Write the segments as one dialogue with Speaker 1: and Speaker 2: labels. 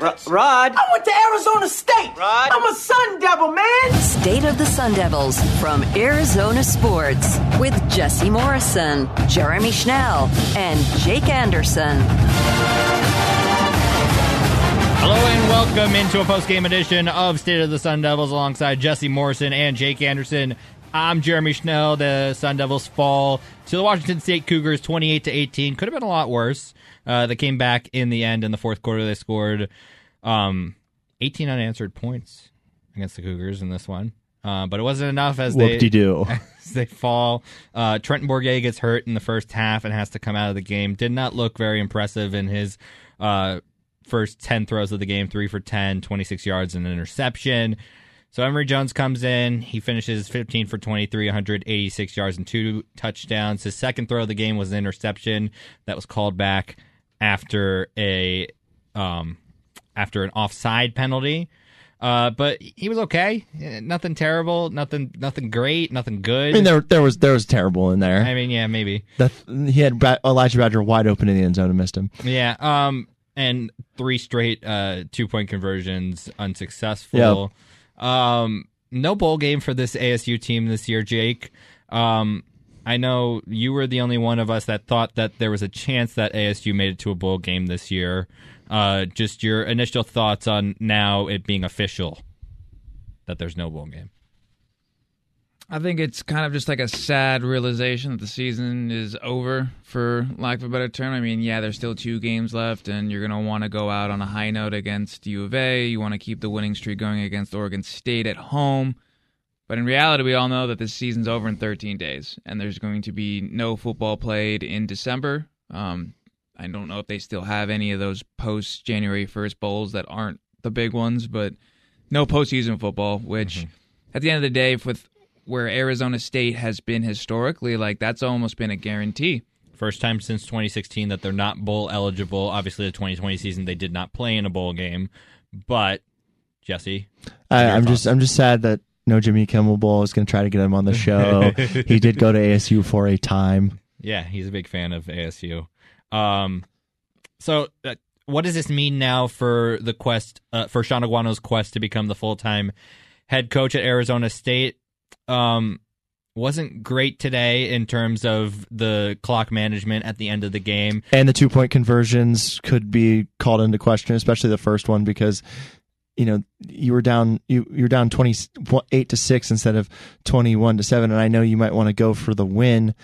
Speaker 1: Ro- Rod.
Speaker 2: I went to Arizona State.
Speaker 1: Rod?
Speaker 2: I'm a Sun Devil, man.
Speaker 3: State of the Sun Devils from Arizona Sports with Jesse Morrison, Jeremy Schnell, and Jake Anderson.
Speaker 4: Hello and welcome into a post-game edition of State of the Sun Devils alongside Jesse Morrison and Jake Anderson. I'm Jeremy Schnell. The Sun Devils fall to the Washington State Cougars 28 to 18. Could have been a lot worse. Uh, they came back in the end in the fourth quarter. They scored um, 18 unanswered points against the Cougars in this one. Uh, but it wasn't enough as they
Speaker 5: Whoop-de-doo.
Speaker 4: as they fall. Uh, Trenton Bourget gets hurt in the first half and has to come out of the game. Did not look very impressive in his uh, first 10 throws of the game 3 for 10, 26 yards, and an interception. So Emory Jones comes in. He finishes 15 for 23, 186 yards, and two touchdowns. His second throw of the game was an interception that was called back after a um, after an offside penalty. Uh, but he was okay. Eh, Nothing terrible. Nothing. Nothing great. Nothing good.
Speaker 5: I mean, there there was there was terrible in there.
Speaker 4: I mean, yeah, maybe.
Speaker 5: The th- he had Bra- Elijah Badger wide open in the end zone and missed him.
Speaker 4: Yeah. Um, and three straight uh two point conversions unsuccessful. Um, no bowl game for this ASU team this year, Jake. Um, I know you were the only one of us that thought that there was a chance that ASU made it to a bowl game this year. Uh, just your initial thoughts on now it being official that there's no bowl game.
Speaker 6: I think it's kind of just like a sad realization that the season is over, for lack of a better term. I mean, yeah, there's still two games left, and you're going to want to go out on a high note against U of A. You want to keep the winning streak going against Oregon State at home. But in reality, we all know that this season's over in 13 days, and there's going to be no football played in December. Um, I don't know if they still have any of those post January 1st bowls that aren't the big ones, but no postseason football, which at the end of the day, with where Arizona State has been historically, like that's almost been a guarantee.
Speaker 4: First time since 2016 that they're not bowl eligible. Obviously, the 2020 season they did not play in a bowl game, but Jesse,
Speaker 5: I,
Speaker 4: your
Speaker 5: I'm
Speaker 4: thoughts?
Speaker 5: just I'm just sad that no Jimmy Kimmel Bowl is going to try to get him on the show. he did go to ASU for a time.
Speaker 4: Yeah, he's a big fan of ASU. Um, so, uh, what does this mean now for the quest uh, for Sean Aguano's quest to become the full time head coach at Arizona State? Um, wasn't great today in terms of the clock management at the end of the game.
Speaker 5: And the two point conversions could be called into question, especially the first one because you know you were down you you're down 28 to 6 instead of 21 to 7 and I know you might want to go for the win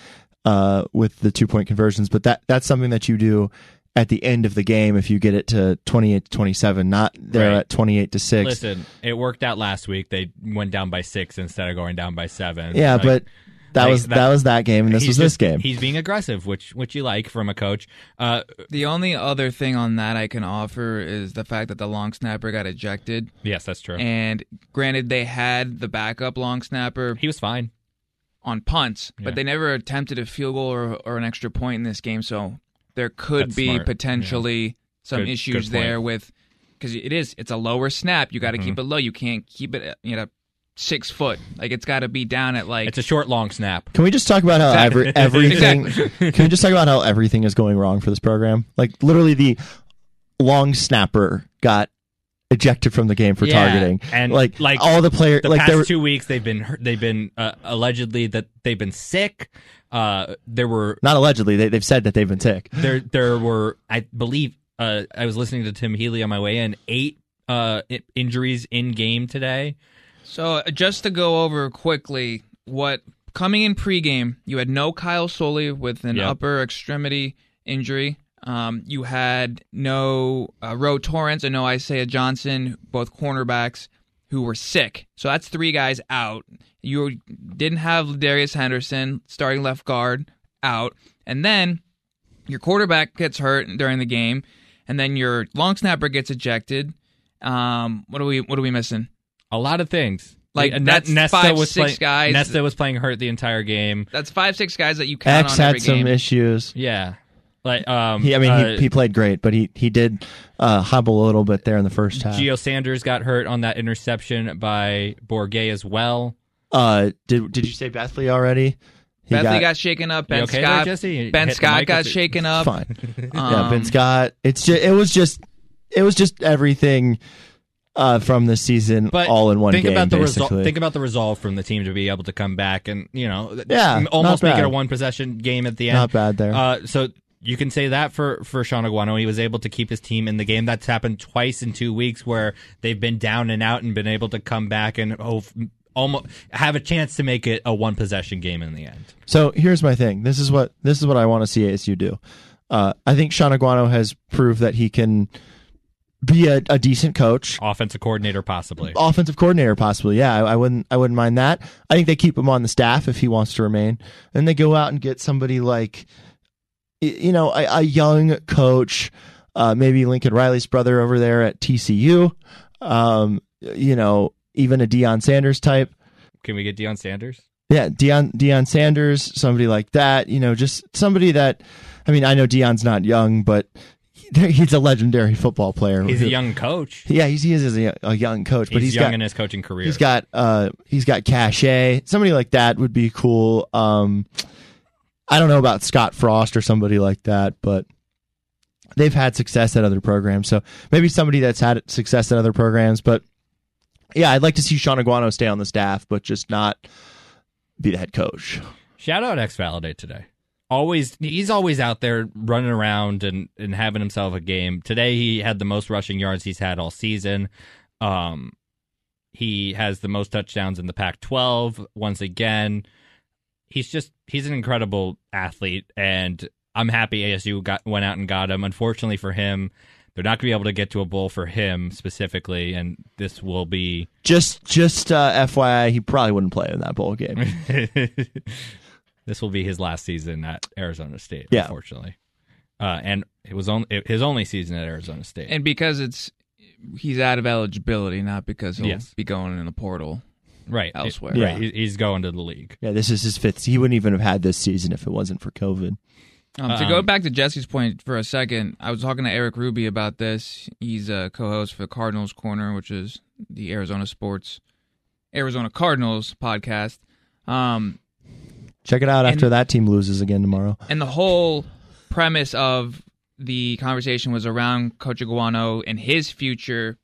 Speaker 5: uh with the two point conversions, but that that's something that you do at the end of the game if you get it to 28 to 27, not there
Speaker 4: Right.
Speaker 5: at 28 to 6.
Speaker 4: Listen, it worked out last week. They went down by six instead of going down by seven.
Speaker 5: Yeah,
Speaker 4: Like,
Speaker 5: but that
Speaker 4: like,
Speaker 5: was
Speaker 4: that-
Speaker 5: that, was that game, and this
Speaker 4: he's
Speaker 5: was this
Speaker 4: just-
Speaker 5: game.
Speaker 4: He's being aggressive, which which you like from a coach. Uh,
Speaker 6: The only other thing on that I can offer is the fact that the long snapper got ejected.
Speaker 4: yes, that's true.
Speaker 6: And granted, they had the backup long snapper
Speaker 4: he was fine.
Speaker 6: on punts,
Speaker 4: Yeah.
Speaker 6: but they never attempted a field goal or, or an extra point in this game. So there could
Speaker 4: That's
Speaker 6: be
Speaker 4: smart.
Speaker 6: potentially some
Speaker 4: Good-
Speaker 6: issues
Speaker 4: good point. Mm-hmm.
Speaker 6: there with because it is it's a lower snap. You got to keep it low. You can't keep it at, you know six foot. Like it's got to be down at like
Speaker 4: It's a short, long snap.
Speaker 5: Can we just talk about how every, everything?
Speaker 6: Exactly.
Speaker 5: Can we just talk about how everything is going wrong for this program? Like literally, the long snapper got ejected from the game for
Speaker 6: Yeah,
Speaker 5: targeting,
Speaker 4: and,
Speaker 5: like
Speaker 4: like,
Speaker 5: all the player
Speaker 4: the
Speaker 5: like
Speaker 4: past
Speaker 5: there were
Speaker 4: two weeks they've been hurt- they've been uh, allegedly that they've been sick. Uh, there were
Speaker 5: not allegedly they, they've said that they've been sick.
Speaker 4: there there were I believe uh, I was listening to Tim Healy on my way in eight uh, i- injuries in game today.
Speaker 6: So uh, just to go over quickly, what coming in pregame, you had no Kyle Soley with an
Speaker 4: Yep.
Speaker 6: upper extremity injury. Um, you had no uh, Roe Torrance and no Isaiah Johnson, both cornerbacks who were sick. So that's three guys out. You didn't have Darius Henderson starting left guard out, and then your quarterback gets hurt during the game, and then your long snapper gets ejected. Um, what are we? What are we missing?
Speaker 4: A lot of things
Speaker 6: Like,
Speaker 4: Ne-
Speaker 6: that's five,
Speaker 4: was playing,
Speaker 6: six guys.
Speaker 4: Nesta was playing hurt the entire game.
Speaker 6: That's five, six guys that you count
Speaker 5: X
Speaker 6: on every
Speaker 5: had some
Speaker 6: game.
Speaker 5: issues.
Speaker 4: Yeah, like um,
Speaker 5: He, I mean,
Speaker 4: uh,
Speaker 5: he, he played great, but he he did uh, hobble a little bit there in the first half.
Speaker 4: uh, Gio Sanders got hurt on that interception by Borgay as well.
Speaker 5: uh, did did you say Bethley already? He
Speaker 6: Bethley got, shaken up. Ben
Speaker 4: You okay there,
Speaker 6: Scott.
Speaker 4: Jesse? You
Speaker 6: ben
Speaker 4: hit the
Speaker 6: Scott
Speaker 4: mic?
Speaker 6: got um,
Speaker 4: That's-
Speaker 6: shaken up.
Speaker 5: fine. yeah, Ben Scott. It's just, it was just it was just everything uh, from the season
Speaker 4: But
Speaker 5: all in one
Speaker 4: think
Speaker 5: game.
Speaker 4: about the
Speaker 5: basically,
Speaker 4: resol- Think about the resolve from the team to be able to come back and you know, th-
Speaker 5: Yeah,
Speaker 4: m- almost
Speaker 5: not
Speaker 4: make it
Speaker 5: bad.
Speaker 4: a one possession game at the end.
Speaker 5: Not bad there.
Speaker 4: Uh, so you can say that for for Sean Aguano, he was able to keep his team in the game. That's happened twice in two weeks where they've been down and out and been able to come back and oh. Almost have a chance to make it a one possession game in the end.
Speaker 5: So here's my thing. This is what this is what I want to see ASU do. Uh, I think Sean Aguano has proved that he can be a, a decent coach,
Speaker 4: Offensive coordinator, possibly.
Speaker 5: offensive coordinator possibly. Yeah, I, I wouldn't I wouldn't mind that. I think they keep him on the staff if he wants to remain. And they go out and get somebody like y- you know a, a young coach, uh, maybe Lincoln Riley's brother over there at TCU. Um, you know, even a Deion Sanders type.
Speaker 4: Can we get Deion Sanders?
Speaker 5: Yeah, Deion Deion Sanders, somebody like that. You know, just somebody that. I mean, I know Deion's not young, but he- he's a legendary football player.
Speaker 4: He's a young coach.
Speaker 5: Yeah, he's, he is a, a young coach, but
Speaker 4: he's,
Speaker 5: he's
Speaker 4: young
Speaker 5: got
Speaker 4: in his coaching career.
Speaker 5: he's got uh he's got cachet. Somebody like that would be cool. Um, I don't know about Scott Frost or somebody like that, but they've had success at other programs. So maybe somebody that's had success at other programs, but yeah, I'd like to see Sean Aguano stay on the staff, but just not be the head coach.
Speaker 4: Shout out X Validate today. Always, he's always out there running around and, and having himself a game. Today, he had the most rushing yards he's had all season. Um, he has the most touchdowns in the Pac 12 once again. He's just, he's an incredible athlete, and I'm happy ASU got, went out and got him. Unfortunately for him, they're not going to be able to get to a bowl for him specifically, and this will be.
Speaker 5: Just just uh, FYI, he probably wouldn't play in that bowl game.
Speaker 4: this will be his last season at Arizona State,
Speaker 5: Yeah.
Speaker 4: unfortunately. Uh, and it was on, his only season at Arizona State.
Speaker 6: And because it's he's out of eligibility, not because he'll
Speaker 4: Yes.
Speaker 6: be going in the portal.
Speaker 4: right.
Speaker 6: Elsewhere.
Speaker 4: Right.
Speaker 5: Yeah.
Speaker 4: He- He's going to the league.
Speaker 5: yeah, this is his fifth. He wouldn't even have had this season if it wasn't for COVID.
Speaker 6: Um, to go
Speaker 4: Um,
Speaker 6: back to Jesse's point for a second, I was talking to Eric Ruby about this. He's a co-host for Cardinals Corner, which is the Arizona Sports Arizona Cardinals podcast. Um,
Speaker 5: Check it out
Speaker 6: And-
Speaker 5: after that team loses again tomorrow.
Speaker 6: and the whole premise of the conversation was around Coach Iguano and his future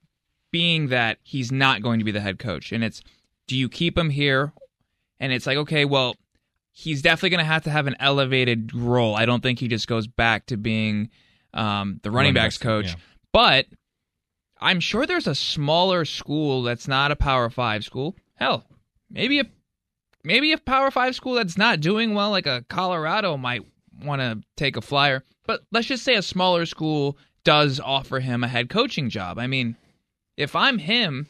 Speaker 6: being that he's not going to be the head coach. And it's do you keep him here? And it's like, okay, well, he's definitely going to have to have an elevated role. I don't think he just goes back to being um, the running,
Speaker 4: Running
Speaker 6: backs
Speaker 4: backs,
Speaker 6: coach.
Speaker 4: yeah.
Speaker 6: But I'm sure there's a smaller school that's not a Power Five school. Hell, maybe a maybe a Power Five school that's not doing well, like a Colorado, might want to take a flyer. But let's just say a smaller school does offer him a head coaching job. I mean, if I'm him,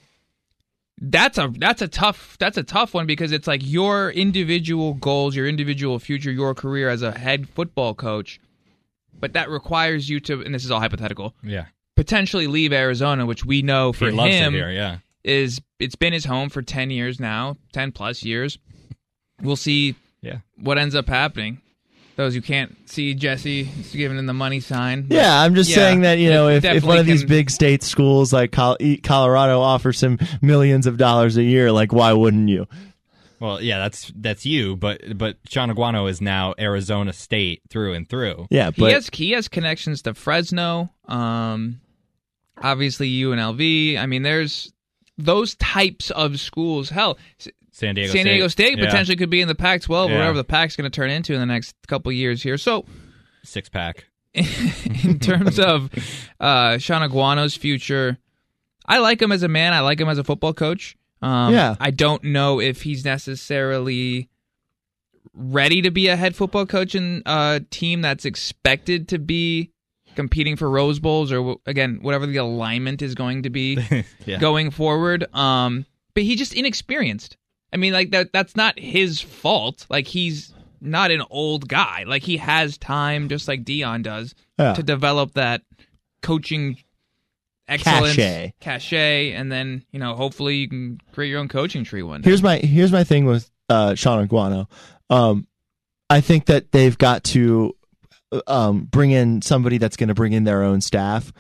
Speaker 6: that's a that's a tough that's a tough one because it's like your individual goals, your individual future, your career as a head football coach. But that requires you to, and this is all hypothetical,
Speaker 4: Yeah.
Speaker 6: potentially leave Arizona, which we know for
Speaker 4: he loves
Speaker 6: him
Speaker 4: it here. Yeah.
Speaker 6: is it's been his home for 10 years now 10 plus years we'll see
Speaker 4: Yeah.
Speaker 6: what ends up happening those who can't see jesse is giving him the money sign
Speaker 5: Yeah, I'm just
Speaker 6: Yeah,
Speaker 5: saying that you
Speaker 6: it
Speaker 5: know if, if
Speaker 6: definitely
Speaker 5: one of these
Speaker 6: can-
Speaker 5: big state schools like Col- e- Colorado offers him millions of dollars a year, like why wouldn't you?
Speaker 4: Well, yeah, that's that's you, but but Sean Aguano is now Arizona State through and through.
Speaker 5: Yeah,
Speaker 6: he
Speaker 5: but
Speaker 6: has he has connections to fresno um obviously unlv i mean there's those types of schools hell S-
Speaker 4: San Diego
Speaker 6: san diego
Speaker 4: State,
Speaker 6: state
Speaker 4: yeah.
Speaker 6: potentially could be in the pac 12
Speaker 4: Yeah.
Speaker 6: or whatever the pac's going to turn into in the next couple years here so
Speaker 4: six pack.
Speaker 6: in terms of uh, Sean Aguano's future, I like him as a man. I like him as a football coach. Um,
Speaker 5: Yeah.
Speaker 6: I don't know if he's necessarily ready to be a head football coach in a team that's expected to be competing for Rose Bowls or, w- again, whatever the alignment is going to be
Speaker 4: Yeah.
Speaker 6: going forward. Um, but he just inexperienced. I mean, like that that's not his fault. Like he's not an old guy. Like he has time, just like Dion does,
Speaker 5: Yeah.
Speaker 6: to develop that coaching excellence
Speaker 5: Cachet.
Speaker 6: cachet, and then you know, hopefully, you can create your own coaching tree one day.
Speaker 5: here's my here's my thing with uh, Sean Aguano. Um, I think that they've got to um, bring in somebody that's going to bring in their own staff.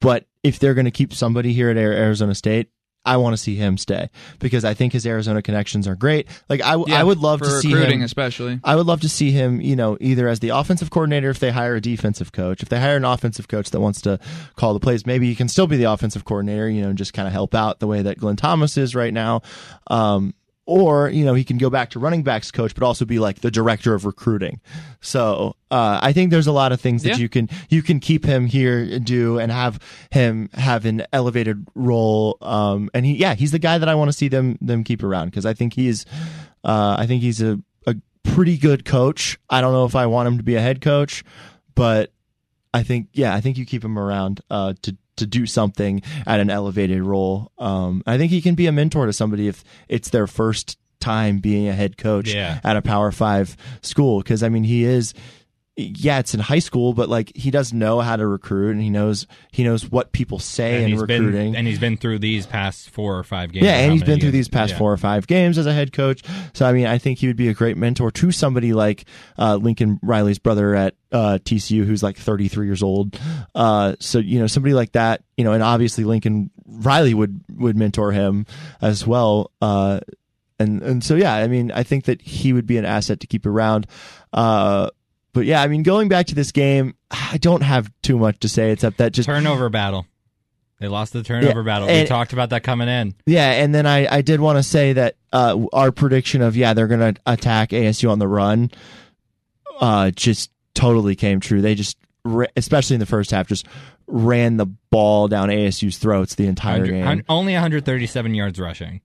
Speaker 5: But if they're going to keep somebody here at Ar- Arizona State, I want to see him stay because I think his Arizona connections are great. Like I, w- I
Speaker 6: Yeah,
Speaker 5: would love to
Speaker 6: for
Speaker 5: see
Speaker 6: recruiting
Speaker 5: him.
Speaker 6: especially.
Speaker 5: I would love to see him, you know, either as the offensive coordinator if they hire a defensive coach. If they hire an offensive coach that wants to call the plays, maybe he can still be the offensive coordinator, you know, and just kind of help out the way that Glenn Thomas is right now. Um, or, you know, he can go back to running backs coach, but also be like the director of recruiting. So uh, I think there's a lot of things that
Speaker 6: Yeah.
Speaker 5: you can you can keep him here and do and have him have an elevated role. Um, and he yeah, he's the guy that I want to see them them keep around because I think he's uh, I think he's a, a pretty good coach. I don't know if I want him to be a head coach, but I think yeah, I think you keep him around uh, to to do something at an elevated role. Um, I think he can be a mentor to somebody if it's their first time being a head coach
Speaker 4: Yeah.
Speaker 5: at a Power Five school. Because I mean, he is yeah, it's in high school, but like he does know how to recruit and he knows he knows what people say in
Speaker 4: he's
Speaker 5: recruiting.
Speaker 4: been and he's been through these past four or five games.
Speaker 5: Yeah,
Speaker 4: How
Speaker 5: and he's
Speaker 4: many
Speaker 5: been through
Speaker 4: games?
Speaker 5: these past
Speaker 4: Yeah.
Speaker 5: four or five games as a head coach. So I mean, I think he would be a great mentor to somebody like uh, Lincoln Riley's brother at uh, TCU, who's like 33 years old. Uh, so you know, somebody like that. You know, and obviously Lincoln Riley would would mentor him as well. Uh, and and so yeah, I mean, I think that he would be an asset to keep around. Uh, but yeah, I mean, going back to this game, I don't have too much to say except that just
Speaker 4: turnover battle. They lost the turnover
Speaker 5: Yeah,
Speaker 4: battle. we
Speaker 5: and-
Speaker 4: talked about that coming in.
Speaker 5: Yeah, and then I, I did want to say that uh, our prediction of yeah they're going to attack ASU on the run, uh, just totally came true. They just ra- especially in the first half just ran the ball down ASU's throats the entire
Speaker 4: 100
Speaker 5: game.
Speaker 4: hun- only 137 yards rushing.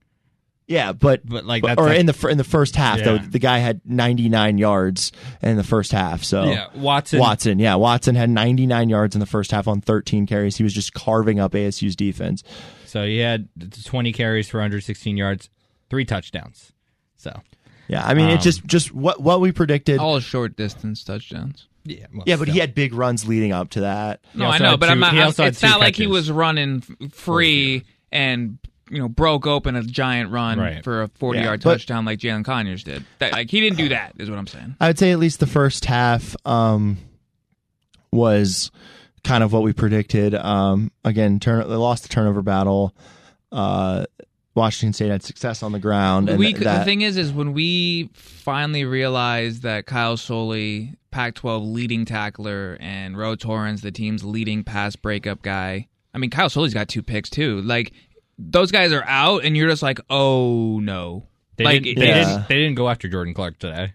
Speaker 5: yeah, but
Speaker 4: But like
Speaker 5: but-
Speaker 4: that's
Speaker 5: or
Speaker 4: like-
Speaker 5: in the fir- in the first half though
Speaker 4: Yeah.
Speaker 5: the guy had 99 yards in the first half. So
Speaker 4: yeah, Watson.
Speaker 5: Watson, yeah, Watson had 99 yards in the first half on 13 carries. He was just carving up ASU's defense.
Speaker 4: So he had 20 carries for 116 yards, three touchdowns. So
Speaker 5: Yeah, I mean
Speaker 4: Um,
Speaker 5: it just just what what we predicted.
Speaker 6: All short distance touchdowns.
Speaker 4: yeah, well,
Speaker 5: Yeah, but he
Speaker 4: still.
Speaker 5: had big runs leading up to that.
Speaker 6: No,
Speaker 4: also
Speaker 6: I know,
Speaker 4: had
Speaker 6: but
Speaker 4: two-
Speaker 6: I'm not.
Speaker 4: he
Speaker 6: I'm-
Speaker 4: also had
Speaker 6: it's
Speaker 4: two
Speaker 6: not like he
Speaker 4: catches.
Speaker 6: was running f- free and you know broke open a giant run
Speaker 4: Right.
Speaker 6: for a 40
Speaker 5: Yeah,
Speaker 6: yard
Speaker 5: but-
Speaker 6: touchdown like Jalen Conyers did. That, like he didn't do that, is what I'm saying.
Speaker 5: I would say at least the first half um, was kind of what we predicted. Um, again, turn they lost the turnover battle. Uh, Washington State had success on the ground, and
Speaker 6: we
Speaker 5: th-
Speaker 6: could-
Speaker 5: that,
Speaker 6: the thing is, is when we finally realized that Kyle Soley, Pac-12 leading tackler, and Ro Torrens, the team's leading pass breakup guy. I mean, Kyle Soley's got two picks too. Like those guys are out, and you're just like, oh no.
Speaker 4: They,
Speaker 6: like
Speaker 4: didn't, they,
Speaker 5: Yeah.
Speaker 4: didn't, they didn't go after Jordan Clark today.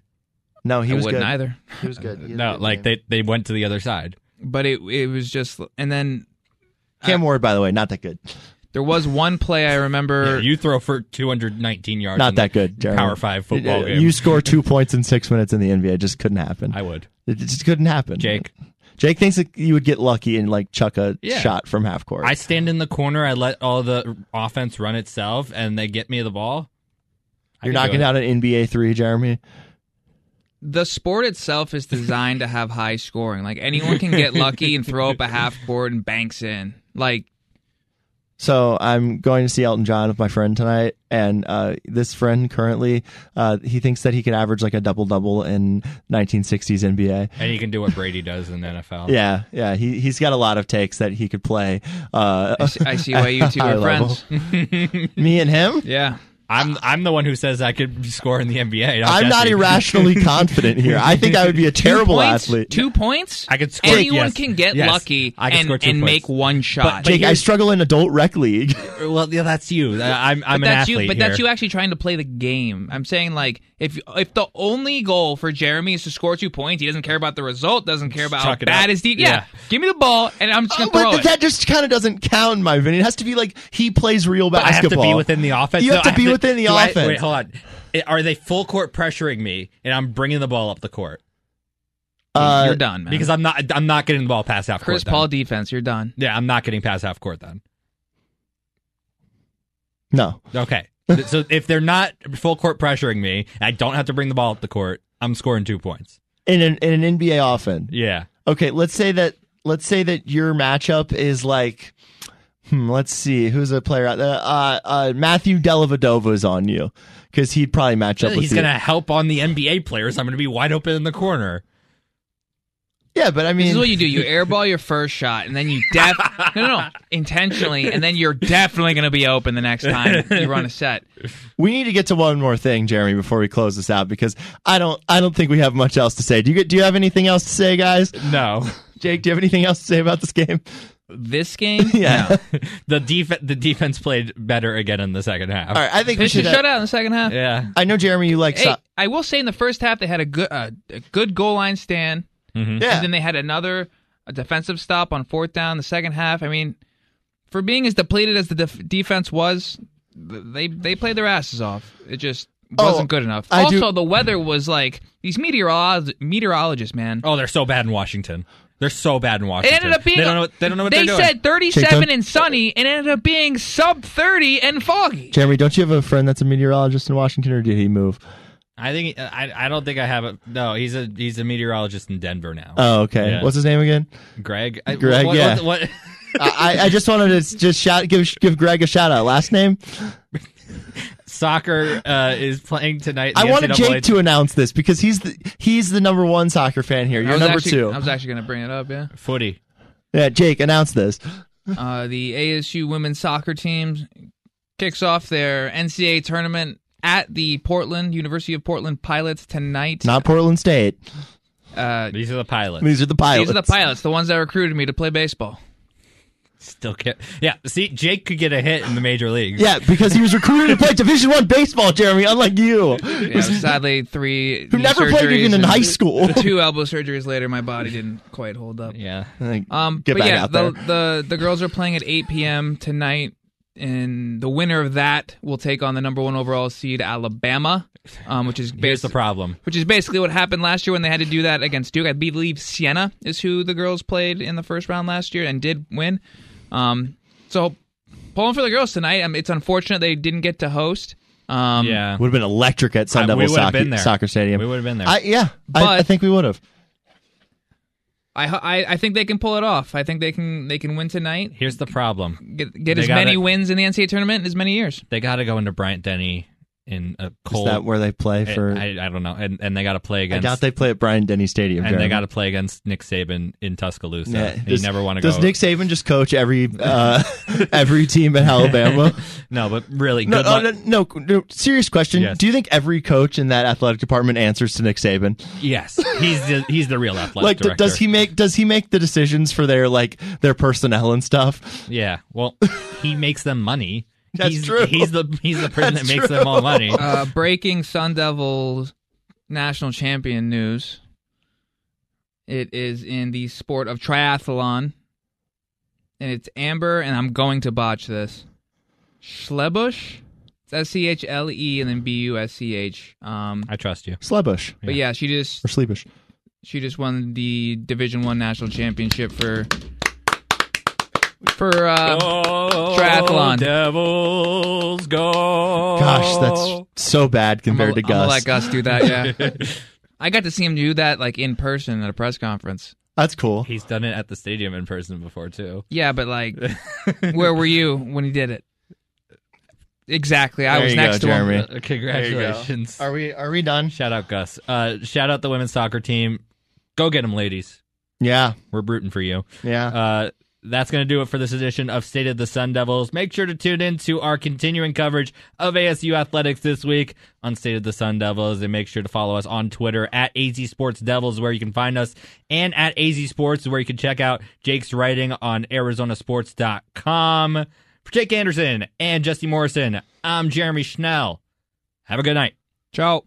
Speaker 5: no, he
Speaker 6: I
Speaker 5: was
Speaker 6: wouldn't
Speaker 5: good.
Speaker 6: either.
Speaker 5: He was good. He had a
Speaker 4: No,
Speaker 5: good
Speaker 4: like
Speaker 5: game.
Speaker 4: they, they went to the other side.
Speaker 6: But it it was just, and then
Speaker 5: Cam Ward, by the way, not that good.
Speaker 6: There was one play I remember.
Speaker 4: You throw for 219 yards. in
Speaker 5: Not that good. Jeremy.
Speaker 4: Power five football
Speaker 5: You-
Speaker 4: game.
Speaker 5: You score two points in six minutes in the NBA. It just couldn't happen.
Speaker 4: I would.
Speaker 5: It just couldn't happen.
Speaker 4: Jake.
Speaker 5: Jake thinks that you would get lucky and like chuck a
Speaker 4: Yeah.
Speaker 5: shot from half court.
Speaker 4: I stand in the corner. I let all the offense run itself, and they get me the ball. I
Speaker 5: You're
Speaker 4: can do
Speaker 5: knocking
Speaker 4: it.
Speaker 5: down an NBA three, Jeremy.
Speaker 6: The sport itself is designed to have high scoring. Like anyone can get lucky and throw up a half court and banks in. Like
Speaker 5: So I'm going to see Elton John with my friend tonight, and uh, this friend currently uh, he thinks that he could average like a double double in 1960s NBA.
Speaker 4: and you can do what Brady does in the NFL.
Speaker 5: Yeah, yeah, he he's got a lot of takes that he could play. Uh,
Speaker 6: I see, I see why you two
Speaker 5: High
Speaker 6: are
Speaker 5: level.
Speaker 6: friends.
Speaker 5: me and him.
Speaker 6: Yeah,
Speaker 4: I'm I'm the one who says I could score in the NBA.
Speaker 5: I'm not
Speaker 4: Jesse.
Speaker 5: irrationally confident here. I think I would be a terrible
Speaker 6: two points,
Speaker 5: athlete.
Speaker 6: Two points.
Speaker 4: I could score-
Speaker 6: Anyone
Speaker 4: yes,
Speaker 6: can get
Speaker 4: yes.
Speaker 6: lucky
Speaker 4: I could
Speaker 6: and,
Speaker 4: score two
Speaker 6: and
Speaker 4: points.
Speaker 6: make one shot.
Speaker 5: Jake, I struggle in adult rec league.
Speaker 4: Well, yeah, that's you. I- I'm I'm
Speaker 6: but
Speaker 4: an
Speaker 6: that's
Speaker 4: athlete
Speaker 6: you. But
Speaker 4: here.
Speaker 6: that's you actually trying to play the game. I'm saying like if if the only goal for Jeremy is to score two points, he doesn't care about the result, doesn't care about how
Speaker 4: chuck it up.
Speaker 6: bad his deep.
Speaker 4: Yeah.
Speaker 6: Yeah. give me the ball and I'm just gonna
Speaker 5: Oh,
Speaker 6: throw
Speaker 5: but
Speaker 6: it.
Speaker 5: that just kind of doesn't count, in my opinion. It has to be like he plays real
Speaker 4: But I have to
Speaker 5: basketball.
Speaker 4: be within the offense.
Speaker 5: You have
Speaker 4: No,
Speaker 5: to
Speaker 4: I
Speaker 5: be within the
Speaker 4: do I-
Speaker 5: offense.
Speaker 4: wait, hold on. I- Are they full court pressuring me, and I'm bringing the ball up the court
Speaker 5: Uh,
Speaker 6: you're done, man.
Speaker 4: Uh, because I'm not I'm not getting the ball past half court.
Speaker 6: Chris
Speaker 4: then.
Speaker 6: Paul defense, you're done.
Speaker 4: Yeah, I'm not getting past half court then.
Speaker 5: no.
Speaker 4: Okay. so if they're not full court pressuring me, I don't have to bring the ball up the court. I'm scoring two points.
Speaker 5: In an, in an NBA offense.
Speaker 4: Yeah.
Speaker 5: Okay, let's say that let's say that your matchup is like hmm, let's see, who's a player out there? Uh uh Matthew Dellavedova is on you cuz he'd probably match up with
Speaker 4: He's
Speaker 5: you.
Speaker 4: going to help on the NBA players. I'm going to be wide open in the corner.
Speaker 5: Yeah, but I mean,
Speaker 6: This is what you do. You airball your first shot, and then you def no, no, no, intentionally, and then you're definitely going to be open the next time you run a set.
Speaker 5: we need to get to one more thing, Jeremy, before we close this out because I don't I don't think we have much else to say. Do you get, do you have anything else to say, guys?
Speaker 4: No.
Speaker 5: Jake, do you have anything else to say about this game?
Speaker 6: This game,
Speaker 5: Yeah.
Speaker 4: the def- the defense played better again in the second half.
Speaker 5: All right, I think we
Speaker 6: Pitch a
Speaker 5: should.
Speaker 6: shutout in the second half.
Speaker 4: Yeah.
Speaker 5: I know Jeremy, you like.
Speaker 6: Hey,
Speaker 5: so-
Speaker 6: I will say in the first half they had a good uh, a good goal line stand,
Speaker 5: yeah.
Speaker 6: and then they had another a defensive stop on fourth down. The second half, I mean, for being as depleted as the def- defense was, th- they they played their asses off. It just wasn't
Speaker 4: Oh,
Speaker 6: good enough.
Speaker 5: I do-
Speaker 6: also, the weather was like these meteorolo- meteorologists, man.
Speaker 4: Oh, they're so bad in Washington. They're so bad in
Speaker 6: It
Speaker 4: Washington.
Speaker 6: ended up being
Speaker 4: They don't know. What, they don't know what
Speaker 6: they
Speaker 4: are doing.
Speaker 6: said 37
Speaker 5: Chick-fil-
Speaker 6: and sunny, and it ended up being sub 30 and foggy.
Speaker 5: Jeremy, don't you have a friend that's a meteorologist in Washington, or did he move?
Speaker 4: I think. I. I don't think I have a. No, he's a. He's a meteorologist in Denver now.
Speaker 5: Oh, okay.
Speaker 4: Yeah.
Speaker 5: What's his name again?
Speaker 4: Greg. I-
Speaker 5: Greg,
Speaker 4: What,
Speaker 5: yeah.
Speaker 4: What, what,
Speaker 5: I, I- I just wanted to s- just shout give give Greg a shout out. Last name.
Speaker 4: soccer uh, is playing tonight. in
Speaker 5: I
Speaker 4: the
Speaker 5: wanted
Speaker 4: NCAA
Speaker 5: Jake to announce this because he's the he's the number one soccer fan here.
Speaker 6: I
Speaker 5: You're
Speaker 6: was
Speaker 5: number
Speaker 6: actually-
Speaker 5: two.
Speaker 6: I was actually going to bring it up, yeah.
Speaker 4: footy.
Speaker 5: Yeah, Jake, announce this.
Speaker 6: Uh, the ASU women's soccer team kicks off their NCAA tournament at the Portland University of Portland Pilots tonight.
Speaker 5: Not Portland State.
Speaker 6: uh,
Speaker 4: These are the pilots.
Speaker 5: These are the pilots.
Speaker 6: these are the pilots, the ones that recruited me to play baseball.
Speaker 4: Still can't. Yeah. See, Jake could get a hit in the major leagues.
Speaker 5: Yeah, because he was recruited to play Division One baseball, Jeremy. Unlike you, who
Speaker 6: Yeah, sadly, three knee
Speaker 5: never played
Speaker 6: surgeries
Speaker 5: even in
Speaker 6: and
Speaker 5: high school.
Speaker 6: Two elbow surgeries later, my body didn't quite hold up.
Speaker 4: Yeah.
Speaker 6: Um,
Speaker 5: Get
Speaker 6: but
Speaker 5: back
Speaker 6: yeah,
Speaker 5: out
Speaker 6: the,
Speaker 5: there.
Speaker 6: the the girls are playing at 8 p.m. tonight, and the winner of that will take on the number one overall seed Alabama, um, which is
Speaker 4: Here's the
Speaker 6: based,
Speaker 4: problem.
Speaker 6: which is basically what happened last year when they had to do that against Duke. I believe Siena is who the girls played in the first round last year and did win. Um, so pulling for the girls tonight. Um, it's unfortunate they didn't get to host. Um,
Speaker 4: Yeah.
Speaker 5: would have been electric at Sun
Speaker 4: Uh,
Speaker 5: Devil
Speaker 4: we would have
Speaker 5: soccer,
Speaker 4: been there.
Speaker 5: soccer Stadium.
Speaker 4: We would have been there.
Speaker 5: I, yeah, I,
Speaker 6: But-
Speaker 5: I think we would have.
Speaker 6: I, ho- I I think they can pull it off. I think they can they can win tonight.
Speaker 4: Here's the problem.
Speaker 6: Get, get
Speaker 4: They
Speaker 6: as many
Speaker 4: gotta-
Speaker 6: wins in the NCAA tournament in as many years.
Speaker 4: They got to go into Bryant Denny in a
Speaker 5: Is
Speaker 4: cold.
Speaker 5: that where they play
Speaker 4: I-
Speaker 5: for? I,
Speaker 4: I, I don't know. And and they got to play against.
Speaker 5: doubt they play at Brian Denny Stadium.
Speaker 4: and they
Speaker 5: Jeremy.
Speaker 4: got to play against Nick Saban in Tuscaloosa.
Speaker 5: Yeah,
Speaker 4: you
Speaker 5: does-
Speaker 4: never want to go.
Speaker 5: Does Nick Saban just coach every uh, every team in Alabama?
Speaker 4: no, but really,
Speaker 5: No,
Speaker 4: good
Speaker 5: oh,
Speaker 4: luck.
Speaker 5: no, no, no, serious question.
Speaker 4: Yes.
Speaker 5: Do you think every coach in that athletic department answers to Nick Saban?
Speaker 4: Yes, he's the, he's the real athletic
Speaker 5: Like, d-
Speaker 4: director.
Speaker 5: does he make does he make the decisions for their like their personnel and stuff?
Speaker 4: Yeah. Well, he makes them money.
Speaker 5: That's
Speaker 4: he's,
Speaker 5: true.
Speaker 4: He's the he's the person
Speaker 5: That's
Speaker 4: that makes them all money.
Speaker 6: uh, breaking Sun Devil national champion news. It is in the sport of triathlon, and it's Amber. And I'm going to botch this. Schlebusch, it's S C H L E and then B U S C H. Um,
Speaker 4: I trust you.
Speaker 5: Slebush
Speaker 6: but yeah, she just
Speaker 5: or Sleebush?
Speaker 6: she just won the Division One national championship for for uh,
Speaker 4: Oh.
Speaker 6: Triathlon.
Speaker 4: Devils go.
Speaker 5: Gosh, that's so bad
Speaker 6: Oh. I'm
Speaker 5: compared
Speaker 6: gonna-
Speaker 5: to
Speaker 6: I'm gonna
Speaker 5: Gus.
Speaker 6: let Gus do that. Yeah, I got to see him do that like in person at a press conference.
Speaker 5: That's cool.
Speaker 4: He's done it at the stadium in person before too.
Speaker 6: Yeah, but like, where were you when he did it? Exactly, I
Speaker 5: There
Speaker 6: was
Speaker 5: you go,
Speaker 6: next to
Speaker 5: Jeremy.
Speaker 6: him.
Speaker 4: Uh, congratulations.
Speaker 5: Are we are we done?
Speaker 4: Shout out Gus. Uh, shout out the women's soccer team. Go get them, ladies.
Speaker 5: Yeah,
Speaker 4: We're rooting for you.
Speaker 5: yeah.
Speaker 4: Uh, that's going to do it for this edition of State of the Sun Devils. Make sure to tune in to our continuing coverage of ASU athletics this week on State of the Sun Devils. And make sure to follow us on Twitter at AZ Sports Devils, where you can find us, and at AZ Sports, where you can check out Jake's writing on ArizonaSports.com. For Jake Anderson and Jesse Morrison, I'm Jeremy Schnell. Have a good night.
Speaker 6: Ciao.